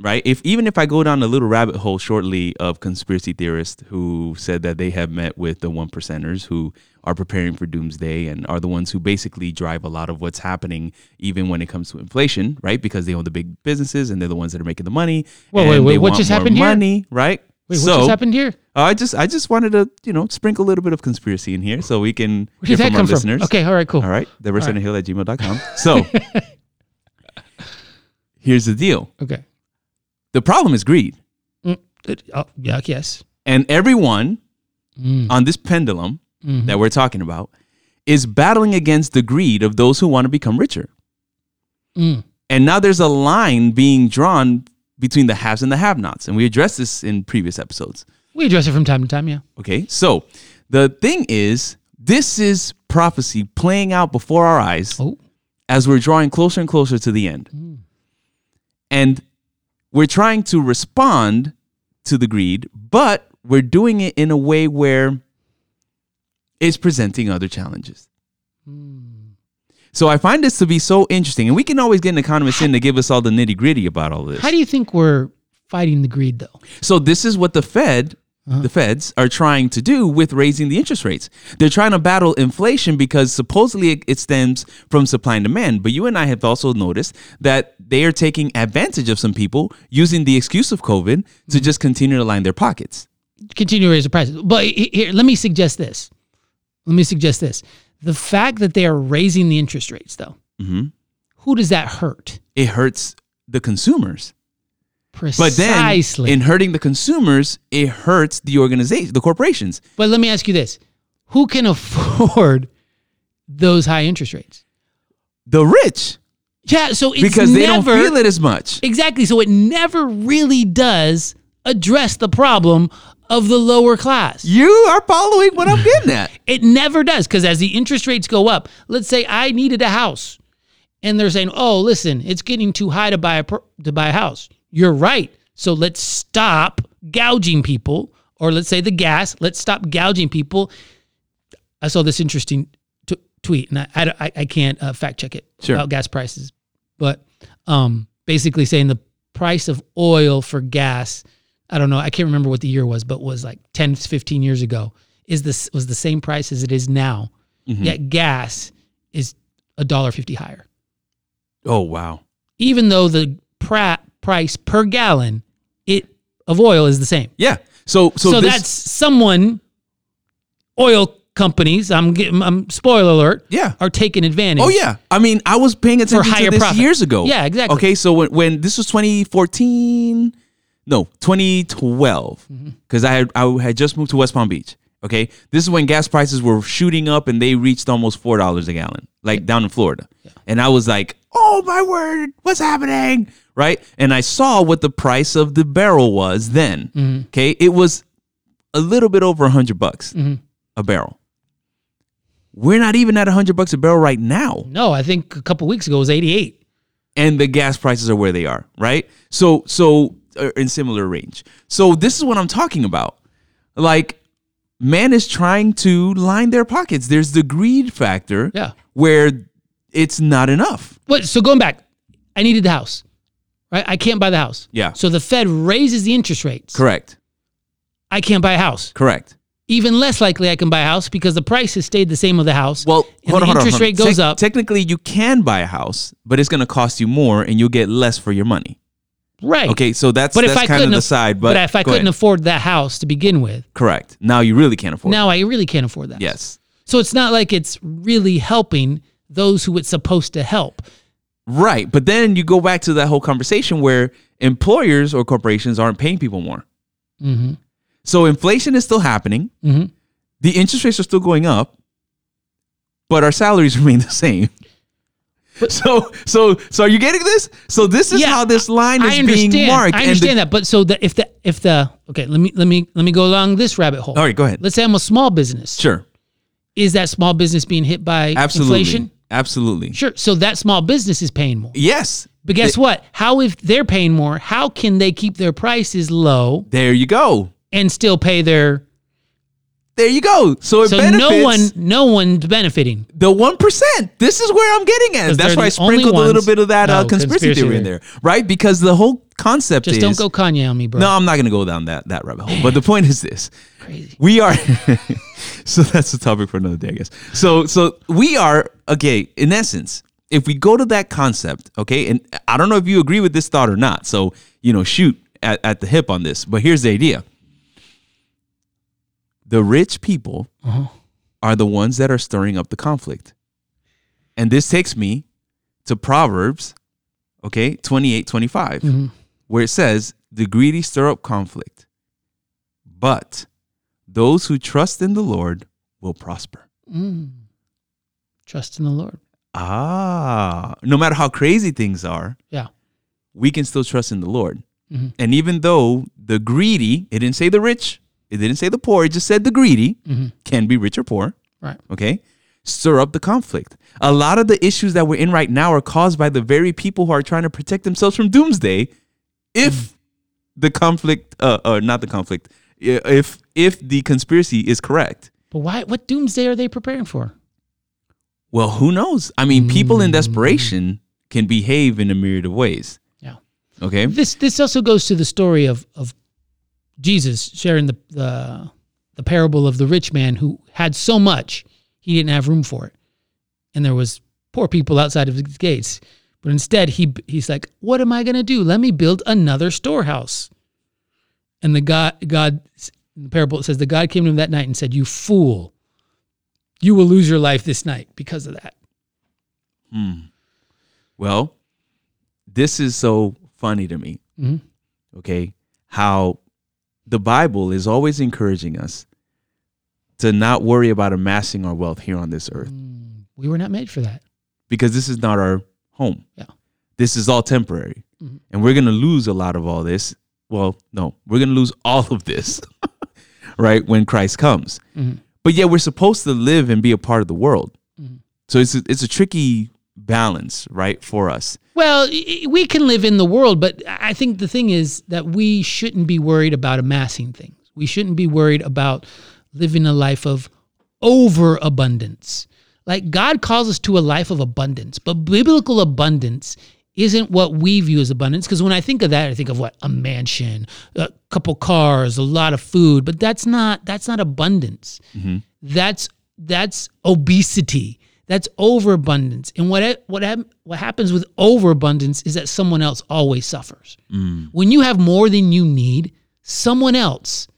Speaker 1: right? If even if I go down a little rabbit hole shortly of conspiracy theorists who said that they have met with the one percenters who are preparing for doomsday and are the ones who basically drive a lot of what's happening, even when it comes to inflation, right? Because they own the big businesses and they're the ones that are making the money.
Speaker 2: Wait,
Speaker 1: and
Speaker 2: wait, wait,
Speaker 1: they
Speaker 2: what
Speaker 1: want
Speaker 2: just
Speaker 1: more
Speaker 2: happened here?
Speaker 1: Money, right?
Speaker 2: Wait,
Speaker 1: so,
Speaker 2: what just happened here?
Speaker 1: Uh, I just I just wanted to you know sprinkle a little bit of conspiracy in here so we can
Speaker 2: Where
Speaker 1: hear
Speaker 2: did that
Speaker 1: from our
Speaker 2: come from?
Speaker 1: listeners.
Speaker 2: Okay. All right. Cool.
Speaker 1: All right. Hill at gmail.com. So here's the deal.
Speaker 2: Okay.
Speaker 1: The problem is greed.
Speaker 2: Mm, it- oh, yeah. Yes.
Speaker 1: And everyone
Speaker 2: Mm. Mm-hmm.
Speaker 1: on this pendulum that we're talking about is battling against the greed of those who want to become richer.
Speaker 2: Mm.
Speaker 1: And now there's a line being drawn between the haves and the have nots. And we addressed this in previous episodes.
Speaker 2: We address it from time to time. Yeah.
Speaker 1: Okay. So the thing is, this is prophecy playing out before our eyes.
Speaker 2: Oh.
Speaker 1: as we're drawing closer and closer to the end. And we're trying to respond to the greed, but we're doing it in a way where it's presenting other challenges. So I find this to be so interesting. And we can always get an economist in to give us all the nitty gritty about all this.
Speaker 2: How do you think we're fighting the greed though?
Speaker 1: So this is what the Fed the feds are trying to do with raising the interest rates. They're trying to battle inflation because supposedly it- it stems from supply and demand. But you and I have also noticed that they are taking advantage of some people using the excuse of COVID to just continue to line their pockets.
Speaker 2: continue to raise the prices. But he- here, let me suggest this. Let me suggest this. The fact that they are raising the interest rates, though,
Speaker 1: Mhm.
Speaker 2: who does that hurt?
Speaker 1: It hurts the consumers. But then
Speaker 2: Precisely.
Speaker 1: in hurting the consumers, it hurts the organization, the corporations.
Speaker 2: but let me ask you this: Who can afford those high interest rates?
Speaker 1: The rich
Speaker 2: Yeah. So it's
Speaker 1: because they
Speaker 2: never,
Speaker 1: don't feel it as much.
Speaker 2: Exactly. So it never really does address the problem of the lower class.
Speaker 1: You are following what I'm getting at.
Speaker 2: It never does because as the interest rates go up, let's say I needed a house, and they're saying, "Oh, listen, it's getting too high to buy a pro- to buy a house." You're right. So let's stop gouging people, or let's say the gas. Let's stop gouging people. I saw this interesting t- tweet, and I, I, I- I can't uh, fact check it
Speaker 1: Sure.
Speaker 2: about gas prices, but um, basically saying the price of oil for gas. I don't know. I can't remember what the year was, but was like 10, 15 years ago. Is this was the same price as it is now? Yet gas is a dollar fifty higher,
Speaker 1: Oh wow.
Speaker 2: even though the pra- price per gallon it of oil is the same.
Speaker 1: Yeah. So so,
Speaker 2: So,
Speaker 1: this,
Speaker 2: that's someone, oil companies. I'm getting. I'm spoiler alert.
Speaker 1: Yeah.
Speaker 2: are taking advantage.
Speaker 1: Oh yeah. I mean, I was paying attention
Speaker 2: higher
Speaker 1: to this
Speaker 2: profit.
Speaker 1: years ago.
Speaker 2: Yeah, exactly.
Speaker 1: Okay, so when, when this was 2014, no, 2012,
Speaker 2: Mm-hmm.
Speaker 1: because I had I had just moved to West Palm Beach. Okay, this is when gas prices were shooting up and they reached almost four dollars a gallon, like down in Florida. And I was like, "Oh my word, what's happening?" Right? And I saw what the price of the barrel was then.
Speaker 2: Mm-hmm.
Speaker 1: Okay, it was a little bit over a hundred bucks
Speaker 2: Mm-hmm.
Speaker 1: a barrel. We're not even at a hundred bucks a barrel right now
Speaker 2: No, I think a couple weeks ago it was eighty eight.
Speaker 1: and the gas prices are where they are, right? So so uh, in similar range. So this is what I'm talking about. Like man is trying to line their pockets. There's the greed factor
Speaker 2: Yeah.
Speaker 1: where it's not enough.
Speaker 2: What? So going back, I needed the house, right? I can't buy the house.
Speaker 1: Yeah.
Speaker 2: So the Fed raises the interest rates.
Speaker 1: Correct.
Speaker 2: I can't buy a house.
Speaker 1: Correct.
Speaker 2: Even less likely I can buy a house because the price has stayed the same of the house.
Speaker 1: Well,
Speaker 2: and
Speaker 1: hold on, hold
Speaker 2: the
Speaker 1: on,
Speaker 2: interest
Speaker 1: hold on.
Speaker 2: rate goes
Speaker 1: Tec-
Speaker 2: up.
Speaker 1: Technically, you can buy a house, but it's going to cost you more, and you'll get less for your money.
Speaker 2: right.
Speaker 1: Okay, so that's
Speaker 2: But
Speaker 1: that's
Speaker 2: if I
Speaker 1: kind
Speaker 2: couldn't,
Speaker 1: of the
Speaker 2: aff-
Speaker 1: side. But,
Speaker 2: if I
Speaker 1: go
Speaker 2: couldn't
Speaker 1: ahead.
Speaker 2: afford that house to begin with,
Speaker 1: correct. Now you really can't afford. it.
Speaker 2: now I really can't afford that. house.
Speaker 1: yes,
Speaker 2: So it's not like it's really helping those who it's supposed to help.
Speaker 1: Right. But then you go back to that whole conversation where employers or corporations aren't paying people more.
Speaker 2: Mm-hmm.
Speaker 1: So inflation is still happening.
Speaker 2: Mm-hmm.
Speaker 1: The interest rates are still going up, but our salaries remain the same. so, so, so are you getting this? So this is
Speaker 2: Yeah,
Speaker 1: how this line is
Speaker 2: I understand.
Speaker 1: being marked.
Speaker 2: I
Speaker 1: and the-
Speaker 2: understand that. But so the, if the if the okay, let me let me let me go along this rabbit hole.
Speaker 1: all right, go ahead.
Speaker 2: Let's say I'm a small business.
Speaker 1: sure.
Speaker 2: Is that small business being hit by
Speaker 1: Absolutely.
Speaker 2: inflation?
Speaker 1: Absolutely.
Speaker 2: Sure. So that small business is paying more.
Speaker 1: Yes.
Speaker 2: But guess what? How if they're paying more, how can they keep their prices low
Speaker 1: There you go.
Speaker 2: and still pay their
Speaker 1: There you go. So it
Speaker 2: so
Speaker 1: benefits
Speaker 2: no one no one's benefiting.
Speaker 1: the one percent. This is where I'm getting at.
Speaker 2: 'Cause
Speaker 1: That's
Speaker 2: they're
Speaker 1: why I
Speaker 2: the only
Speaker 1: sprinkled a little
Speaker 2: ones-
Speaker 1: bit of that uh,
Speaker 2: No,
Speaker 1: conspiracy,
Speaker 2: conspiracy
Speaker 1: theory in there, right? Because the whole concept
Speaker 2: Just
Speaker 1: is
Speaker 2: don't go Kanye on me, bro.
Speaker 1: No, I'm not going to go down that that rabbit hole. But the point is this:
Speaker 2: Crazy.
Speaker 1: we are. so that's the topic for another day, I guess. So so we are okay. In essence, if we go to that concept, okay, and I don't know if you agree with this thought or not. So you know, shoot at, at the hip on this. But here's the idea: the rich people
Speaker 2: Uh-huh.
Speaker 1: are the ones that are stirring up the conflict. And this takes me to Proverbs, okay, 28, 25,
Speaker 2: Mm-hmm.
Speaker 1: where it says, The greedy stir up conflict, but those who trust in the Lord will prosper.
Speaker 2: Mm. Trust in the Lord.
Speaker 1: Ah, no matter how crazy things are,
Speaker 2: Yeah.
Speaker 1: we can still trust in the Lord. And even though the greedy, it didn't say the rich, it didn't say the poor, it just said the greedy can be rich or poor.
Speaker 2: Right.
Speaker 1: okay stir up the conflict a lot of the issues that we're in right now are caused by the very people who are trying to protect themselves from doomsday if the conflict uh, uh not the conflict i- if if the conspiracy is correct
Speaker 2: But why what doomsday are they preparing for?
Speaker 1: well who knows i mean people in desperation can behave in a myriad of ways
Speaker 2: Yeah.
Speaker 1: okay
Speaker 2: This this also goes to the story of of Jesus sharing the, the the parable of the rich man who had so much he didn't have room for it, and there was poor people outside of his gates. But instead, he he's like, "What am I going to do? Let me build another storehouse." And the God God in the parable it says the God came to him that night and said, "You fool, you will lose your life this night because of that."
Speaker 1: Well, this is so funny to me.
Speaker 2: Mhm.
Speaker 1: Okay. How the Bible is always encouraging us to not worry about amassing our wealth here on this earth
Speaker 2: Mm, we were not made for that.
Speaker 1: because this is not our home.
Speaker 2: Yeah.
Speaker 1: This is all temporary.
Speaker 2: Mhm.
Speaker 1: And we're going to lose a lot of all this. Well, no, we're going to lose all of this, right? When Christ comes.
Speaker 2: Mhm.
Speaker 1: But yet we're supposed to live and be a part of the world.
Speaker 2: Mhm.
Speaker 1: So it's a, it's a tricky balance, right, for us.
Speaker 2: Well, i- i- we can live in the world, but I think the thing is that we shouldn't be worried about amassing things. We shouldn't be worried about living a life of overabundance. Like God calls us to a life of abundance, but biblical abundance isn't what we view as abundance. Because when I think of that, I think of what a mansion, a couple cars, a lot of food. But that's not that's not abundance that's that's obesity that's overabundance and what ha- what hap- what happens with overabundance is that someone else always suffers
Speaker 1: Mm.
Speaker 2: when you have more than you need someone else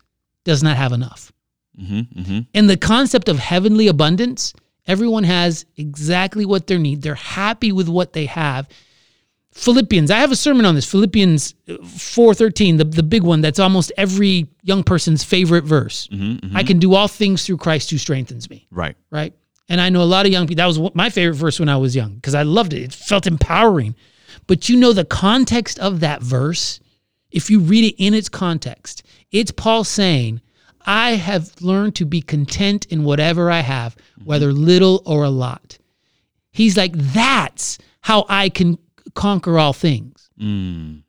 Speaker 2: does not have enough
Speaker 1: Mm-hmm, mm-hmm.
Speaker 2: and the concept of heavenly abundance everyone has exactly what they need they're happy with what they have philippians i have a sermon on this philippians 4.13 the, the big one that's almost every young person's favorite verse i can do all things through christ who strengthens me
Speaker 1: Right.
Speaker 2: right? And I know a lot of young people. That was one- my favorite verse when I was young because I loved it. It felt empowering. But you know the context of that verse. If you read it in its context, it's Paul saying, "I have learned to be content in whatever I have, whether little or a lot." He's like, "That's how I can conquer all things."
Speaker 1: Mm.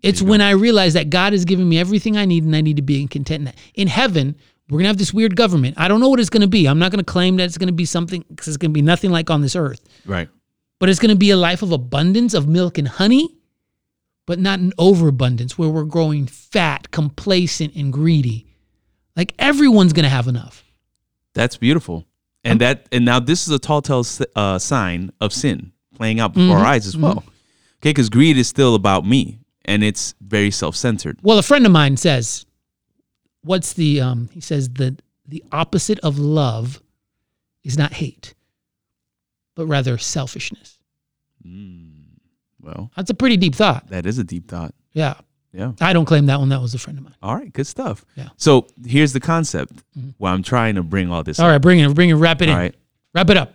Speaker 2: It's when I realize that God has given me everything I need and I need to be in content in that. In heaven, we're going to have this weird government. I don't know what it's going to be. I'm not going to claim that it's going to be something because it's going to be nothing like on this earth.
Speaker 1: Right.
Speaker 2: But it's going to be a life of abundance of milk and honey, but not an overabundance where we're growing fat, complacent, and greedy. Like everyone's going to have enough.
Speaker 1: That's beautiful. And that and now this is a tall tale s- uh, sign of sin playing out
Speaker 2: Mm-hmm.
Speaker 1: before our eyes as well. Okay, because greed is still about me, and it's very self centered.
Speaker 2: Well, a friend of mine says, "What's the?" Um, he says the the opposite of love is not hate, but rather selfishness.
Speaker 1: Well,
Speaker 2: That's a pretty deep thought.
Speaker 1: that is a deep thought.
Speaker 2: Yeah.
Speaker 1: Yeah.
Speaker 2: I don't claim that one. That was a friend of mine.
Speaker 1: All right, good stuff.
Speaker 2: Yeah. Mm-hmm.
Speaker 1: So here's the concept. Well, I'm trying to bring all this.
Speaker 2: All right, bring it, bring it, wrap it
Speaker 1: All
Speaker 2: in.
Speaker 1: right.
Speaker 2: Wrap it up.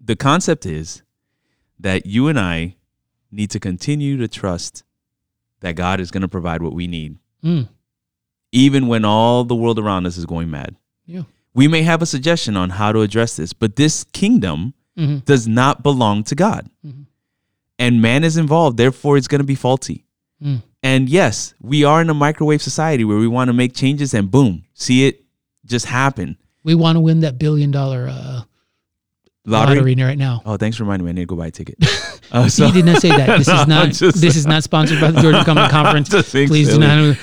Speaker 1: The concept is that you and I need to continue to trust that God is going to provide what we need,
Speaker 2: Mm.
Speaker 1: even when all the world around us is going mad.
Speaker 2: Yeah.
Speaker 1: We may have a suggestion on how to address this, but this kingdom
Speaker 2: Mhm.
Speaker 1: does not belong to God.
Speaker 2: Mhm.
Speaker 1: And man is involved, therefore, it's going to be faulty.
Speaker 2: Mm.
Speaker 1: And yes, we are in a microwave society where we want to make changes and boom, see it just happen.
Speaker 2: We want to win that billion dollar uh,
Speaker 1: Lottery.
Speaker 2: lottery. right now.
Speaker 1: Oh, thanks for reminding me. I need to go buy a ticket. Uh, so,
Speaker 2: he did not say that. This
Speaker 1: No,
Speaker 2: is
Speaker 1: I'm
Speaker 2: not.
Speaker 1: just-
Speaker 2: this is not sponsored by the Jordan Comedy Conference.
Speaker 1: just being
Speaker 2: Please do
Speaker 1: silly.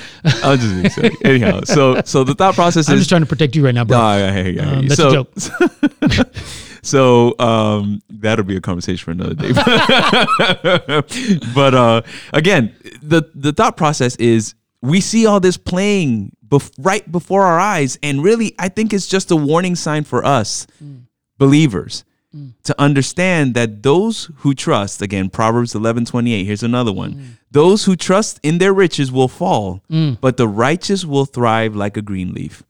Speaker 2: not.
Speaker 1: I'll just be silly. anyhow. So, so the thought process
Speaker 2: I'm
Speaker 1: is Oh,
Speaker 2: just trying to protect you right now, bro.
Speaker 1: No, I- I hear you, I hear
Speaker 2: Um,
Speaker 1: you.
Speaker 2: that's a joke.
Speaker 1: so um, that'll be a conversation for another day. but uh, again, the the thought process is we see all this playing bef- right before our eyes, and really, I think it's just a warning sign for us believers to understand that those who trust again proverbs eleven twenty eight. here's another one those who trust in their riches will fall but the righteous will thrive like a green leaf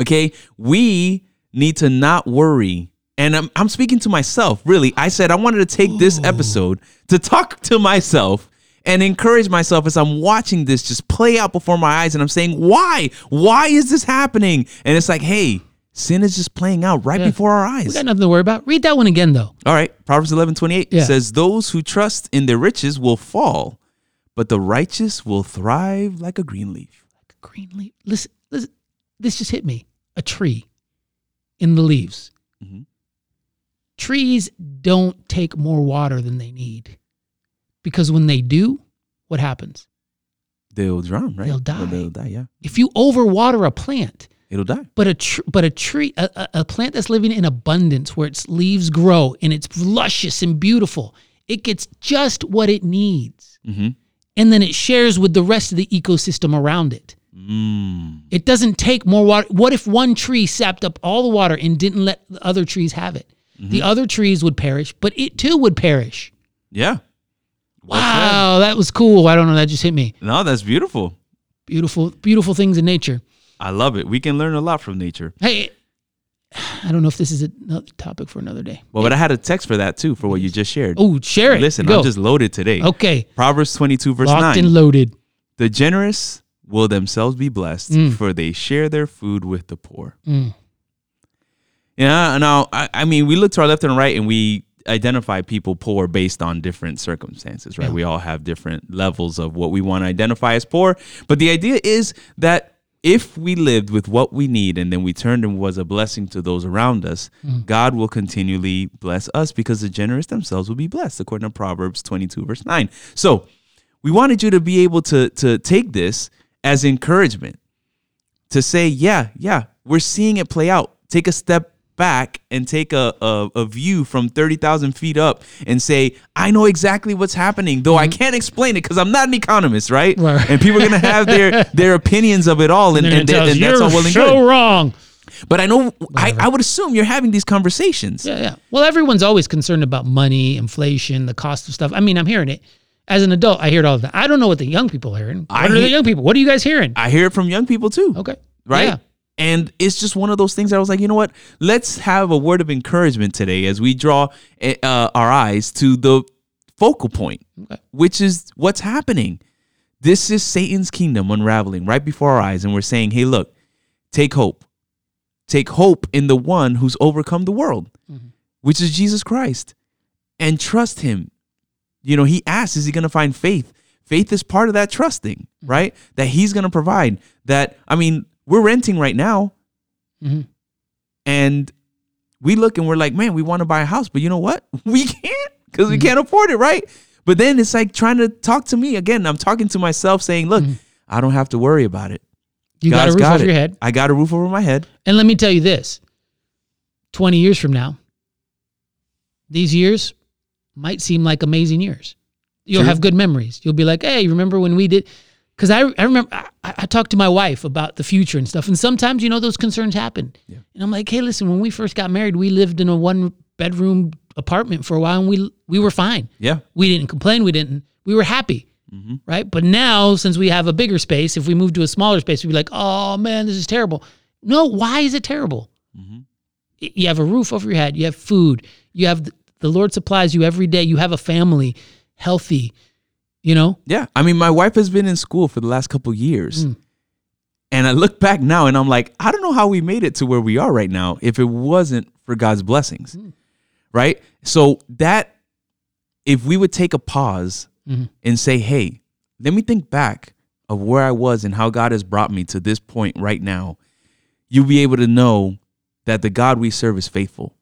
Speaker 1: okay we need to not worry and I'm, I'm speaking to myself really i said i wanted to take this episode to talk to myself and encourage myself as i'm watching this just play out before my eyes and i'm saying why why is this happening and it's like hey sin is just playing out right before our
Speaker 2: We
Speaker 1: eyes
Speaker 2: got nothing to worry about. Read that one again, though.
Speaker 1: all right proverbs eleven twenty eight
Speaker 2: Yeah.
Speaker 1: says those who trust in their riches will fall but the righteous will thrive like a green leaf
Speaker 2: green leaf. Listen, listen, this just hit me. A tree in the leaves.
Speaker 1: Mhm.
Speaker 2: Trees don't take more water than they need because when they do, what happens?
Speaker 1: They'll drown, right?
Speaker 2: They'll die.
Speaker 1: They'll die. Yeah,
Speaker 2: If you overwater a plant,
Speaker 1: it'll die.
Speaker 2: but a tr- but a tree a, a, a plant that's living in abundance where its leaves grow and it's luscious and beautiful, it gets just what it needs.
Speaker 1: Mhm.
Speaker 2: And then it shares with the rest of the ecosystem around it.
Speaker 1: Mm.
Speaker 2: It doesn't take more water. What if one tree sapped up all the water and didn't let the other trees have it? The other trees would perish, but it too would perish.
Speaker 1: Yeah. Well said.
Speaker 2: Wow, that was cool. I don't know. That just hit me.
Speaker 1: No, that's beautiful.
Speaker 2: Beautiful, beautiful things in nature.
Speaker 1: I love it. We can learn a lot from nature.
Speaker 2: Hey, I don't know if this is another topic for another day.
Speaker 1: Well, but I had a text for that too for what you just shared.
Speaker 2: Oh, share it.
Speaker 1: Listen,
Speaker 2: Go.
Speaker 1: I'm just loaded today.
Speaker 2: okay.
Speaker 1: Proverbs 22 verse
Speaker 2: Locked
Speaker 1: 9.
Speaker 2: and loaded.
Speaker 1: The generous will themselves be blessed, for they share their food with the poor. Yeah, now I, I mean, we look to our left and right, and we identify people poor based on different circumstances, right? We all have different levels of what we want to identify as poor, but the idea is that if we lived with what we need and then we turned and was a blessing to those around us, God will continually bless us because the generous themselves will be blessed, according to Proverbs twenty-two verse nine. So we wanted you to be able to to take this as encouragement to say yeah yeah we're seeing it play out take a step back and take a, a, a view from 30000 feet up and say i know exactly what's happening though i can't explain it because i'm not an economist right?
Speaker 2: Mm-hmm. Right.
Speaker 1: and people are gonna have their their opinions of it all and,
Speaker 2: And,
Speaker 1: and,
Speaker 2: it
Speaker 1: that-
Speaker 2: tells
Speaker 1: and
Speaker 2: you're
Speaker 1: that's all well and
Speaker 2: so
Speaker 1: good
Speaker 2: wrong.
Speaker 1: but i know I, I would assume you're having these conversations
Speaker 2: Yeah, yeah. Well, everyone's always concerned about money, inflation, the cost of stuff. I mean, I'm hearing it. As an adult, I hear it all the time. I don't know what the young people are hearing. What
Speaker 1: I
Speaker 2: are the
Speaker 1: hear-
Speaker 2: young people? What are you guys hearing?
Speaker 1: i hear it from young people too
Speaker 2: okay.
Speaker 1: right?
Speaker 2: Yeah.
Speaker 1: And it's just one of those things that I was like, you know what? Let's have a word of encouragement today as we draw eh, uh, our eyes to the focal point,
Speaker 2: Okay.
Speaker 1: which is what's happening. This is Satan's kingdom unraveling right before our eyes. And we're saying, hey, look, take hope. Take hope in the one who's overcome the world, which is Jesus Christ, and trust him you know, he asks, is he going to find faith? Faith is part of that trusting, right? That he's going to provide. That, I mean, we're renting right now.
Speaker 2: Mhm.
Speaker 1: And we look and we're like, man, we want to buy a house, but you know what? We can't because
Speaker 2: Mm-hmm.
Speaker 1: we can't afford it, right? But then it's like trying to talk to me again. I'm talking to myself saying, look, I don't have to worry about it.
Speaker 2: Mm-hmm. You got a
Speaker 1: God's
Speaker 2: roof
Speaker 1: got
Speaker 2: over
Speaker 1: it.
Speaker 2: your head.
Speaker 1: I got a roof over my head.
Speaker 2: And let me tell you this 20 years from now, these years might seem like amazing years. You'll
Speaker 1: True.
Speaker 2: have good memories. You'll be like, hey, you remember when we did? Because I, I remember I, I talked to my wife about the future and stuff. And sometimes, you know, those concerns happen. And I'm like, hey, listen, when we first got married, we lived in a one bedroom apartment for a while and we, we were fine.
Speaker 1: Yeah.
Speaker 2: We didn't complain. We didn't. We were happy,
Speaker 1: Mm-hmm.
Speaker 2: right? But now, since we have a bigger space, if we move to a smaller space, we'd be like, "Oh man, this is terrible." No, why is it terrible?
Speaker 1: Mm-hmm.
Speaker 2: Y- You have a roof over your head. You have food. You have th- the Lord supplies you every day. You have a family, healthy. You know,
Speaker 1: Yeah. I mean, my wife has been in school for the last couple years. And I look back now and I'm like, I don't know how we made it to where we are right now if it wasn't for God's blessings. Right? So that if we would take a pause and say, "Hey, let me think back of where I was and how God has brought me to this point right now." You'll be able to know that the God we serve is faithful.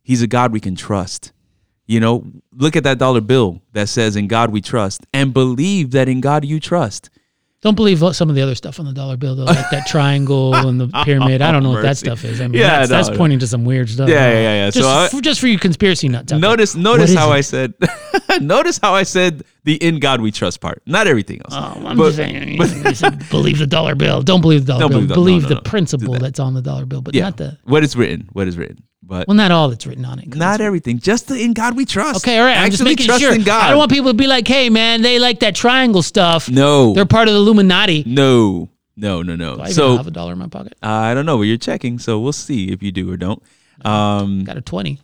Speaker 1: He's a God we can trust. You know, look at that dollar bill that says, In God we trust, and believe that in God you trust.
Speaker 2: don't believe lo- some of the other stuff on the dollar bill, though, like that triangle and the pyramid. I don't know what that
Speaker 1: Mercy.
Speaker 2: stuff is. I mean,
Speaker 1: Yeah,
Speaker 2: that's, that's
Speaker 1: no.
Speaker 2: pointing to some weird stuff.
Speaker 1: Yeah, yeah, yeah, yeah.
Speaker 2: Just,
Speaker 1: So I-
Speaker 2: f- just for you conspiracy nuts. out there.
Speaker 1: Notice, notice
Speaker 2: is
Speaker 1: how
Speaker 2: it?
Speaker 1: I said, notice how I said the in God we trust part, not everything else.
Speaker 2: Oh, I'm just saying, you said believe the dollar bill. Don't believe the dollar
Speaker 1: Don't
Speaker 2: bill.
Speaker 1: believe the- no,
Speaker 2: believe
Speaker 1: no,
Speaker 2: the
Speaker 1: no. Do
Speaker 2: principle
Speaker 1: that.
Speaker 2: that's on the dollar bill, but
Speaker 1: yeah,
Speaker 2: not the
Speaker 1: what is written, what is written, but
Speaker 2: well, not all that's written on it. 'cause
Speaker 1: not everything. Just the in God we trust.
Speaker 2: it's- okay, all right. I'm just
Speaker 1: Actually
Speaker 2: making
Speaker 1: trust
Speaker 2: sure.
Speaker 1: in God.
Speaker 2: I don't want people to be like, "Hey, man, they like that triangle stuff.
Speaker 1: no,
Speaker 2: They're part of the Illuminati."
Speaker 1: no, no, no, no.
Speaker 2: I even
Speaker 1: so
Speaker 2: have a dollar in my pocket.
Speaker 1: I don't know, but you're checking, so we'll see if you do or don't. Um,
Speaker 2: Got a twenty.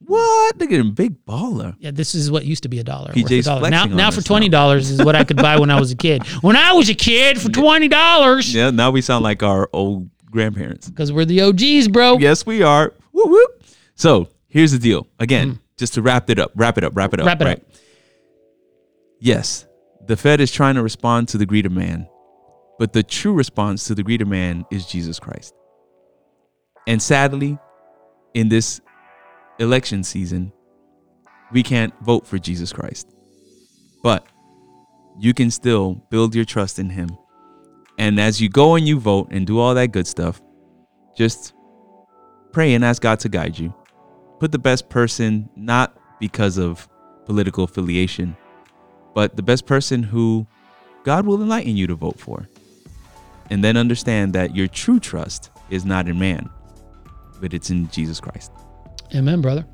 Speaker 1: what? Look at him, big baller.
Speaker 2: Yeah, this is what used to be a dollar.
Speaker 1: PJ's
Speaker 2: worth a dollar. Now,
Speaker 1: flexing on
Speaker 2: now
Speaker 1: us
Speaker 2: for
Speaker 1: now.
Speaker 2: twenty dollars is what I could buy when I was a kid. When I was a kid, for twenty dollars,
Speaker 1: Yeah, now we sound like our old grandparents.
Speaker 2: because we're the OGs, bro.
Speaker 1: Yes, we are. Whoop, whoop. So here's the deal. Again, just to wrap it up, wrap it up, wrap it up.
Speaker 2: Wrap it up.
Speaker 1: Yes, the Fed is trying to respond to the greed of man, but the true response to the greed of man is Jesus Christ. And sadly, in this election season, we can't vote for Jesus Christ. But you can still build your trust in him. And as you go and you vote and do all that good stuff, just pray and ask God to guide you. Put the best person, not because of political affiliation, but the best person who God will enlighten you to vote for. And then understand that your true trust is not in man, but it's in Jesus Christ.
Speaker 2: Amen, brother.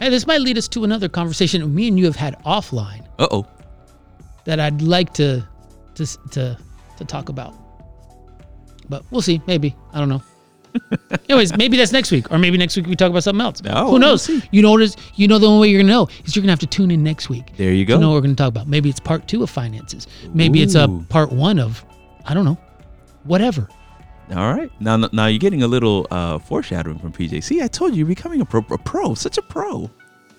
Speaker 2: Hey, this might lead us to another conversation me and you have had offline
Speaker 1: Uh oh.
Speaker 2: that I'd like to to s- to, to talk about. But we'll see. Maybe I don't know. Anyways, maybe that's next week, or maybe next week we talk about something else.
Speaker 1: No,
Speaker 2: Who
Speaker 1: we'll
Speaker 2: knows?
Speaker 1: see.
Speaker 2: You know what is? You know the only way you're gonna know is you're gonna have to tune in next week.
Speaker 1: There you
Speaker 2: to know
Speaker 1: go.
Speaker 2: what we're gonna talk about. Maybe it's part two of finances. Maybe it's a
Speaker 1: Ooh.
Speaker 2: part one of, I don't know, whatever.
Speaker 1: All right. Now, now you're getting a little uh, foreshadowing from PJ. See, I told you, you're becoming a pro, a pro, such a pro.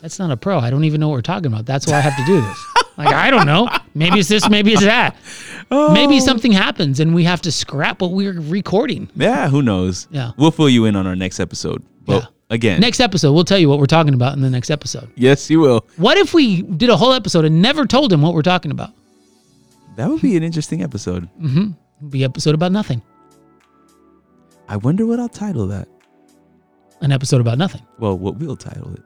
Speaker 2: That's not a pro. I don't even know what we're talking about. That's why I have to do this. Like I don't know. Maybe it's this. Maybe it's that.
Speaker 1: Oh.
Speaker 2: Oh. Maybe something happens and we have to scrap what we're recording.
Speaker 1: Yeah, who knows?
Speaker 2: Yeah.
Speaker 1: We'll fill you in on our next episode. But
Speaker 2: Yeah.
Speaker 1: again,
Speaker 2: Next episode, we'll tell you what we're talking about in the next episode.
Speaker 1: yes, you will.
Speaker 2: What if we did a whole episode and never told him what we're talking about?
Speaker 1: That would be an interesting episode.
Speaker 2: It'd be an episode about nothing.
Speaker 1: I wonder what I'll title that.
Speaker 2: An episode about nothing.
Speaker 1: Well, what we'll title it.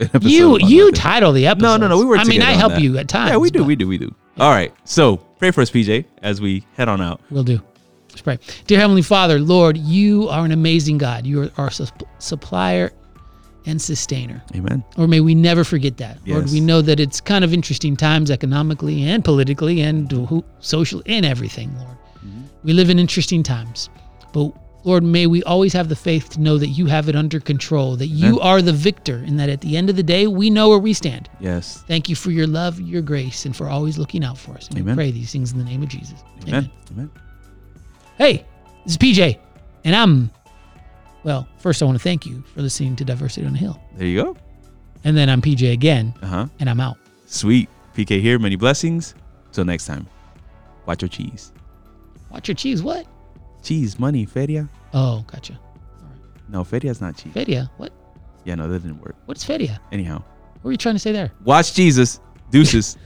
Speaker 1: An episode
Speaker 2: you
Speaker 1: about
Speaker 2: you
Speaker 1: nothing.
Speaker 2: title the episode.
Speaker 1: No, no, no. We were.
Speaker 2: I mean,
Speaker 1: together
Speaker 2: I
Speaker 1: on
Speaker 2: help
Speaker 1: that.
Speaker 2: you at times.
Speaker 1: Yeah, we do.
Speaker 2: but
Speaker 1: We do. We do. All right. So pray for us, PJ, as we head on out.
Speaker 2: We'll do. Let's pray. Dear Heavenly Father, Lord, you are an amazing God. You are our sup- supplier and sustainer.
Speaker 1: Amen.
Speaker 2: Or may we never forget that. Lord,
Speaker 1: Yes.
Speaker 2: we know that it's kind of interesting times economically and politically and who- social and everything, Lord.
Speaker 1: Mm-hmm.
Speaker 2: We live in interesting times. But Lord, may we always have the faith to know that you have it under control, that you are the victor, and that at the end of the day, we know where we stand.
Speaker 1: Yes.
Speaker 2: Thank you for your love, your grace, and for always looking out for us. And we
Speaker 1: Amen.
Speaker 2: pray these things in the name of Jesus.
Speaker 1: Amen. Amen.
Speaker 2: Hey, this is PJ, and I'm, well, first I want to thank you for listening to Diversity on the Hill.
Speaker 1: There you go.
Speaker 2: And then I'm PJ again,
Speaker 1: Uh huh.
Speaker 2: and I'm out.
Speaker 1: Sweet. PK here. Many blessings. Till next time. Watch your cheese.
Speaker 2: Watch your cheese. What?
Speaker 1: Cheese, money, feria.
Speaker 2: Oh, gotcha.
Speaker 1: No, feria's not cheese.
Speaker 2: Feria. What?
Speaker 1: Yeah, no, that didn't work.
Speaker 2: What's feria?
Speaker 1: Anyhow,
Speaker 2: What were you trying to say there?
Speaker 1: watch Jesus. Deuces.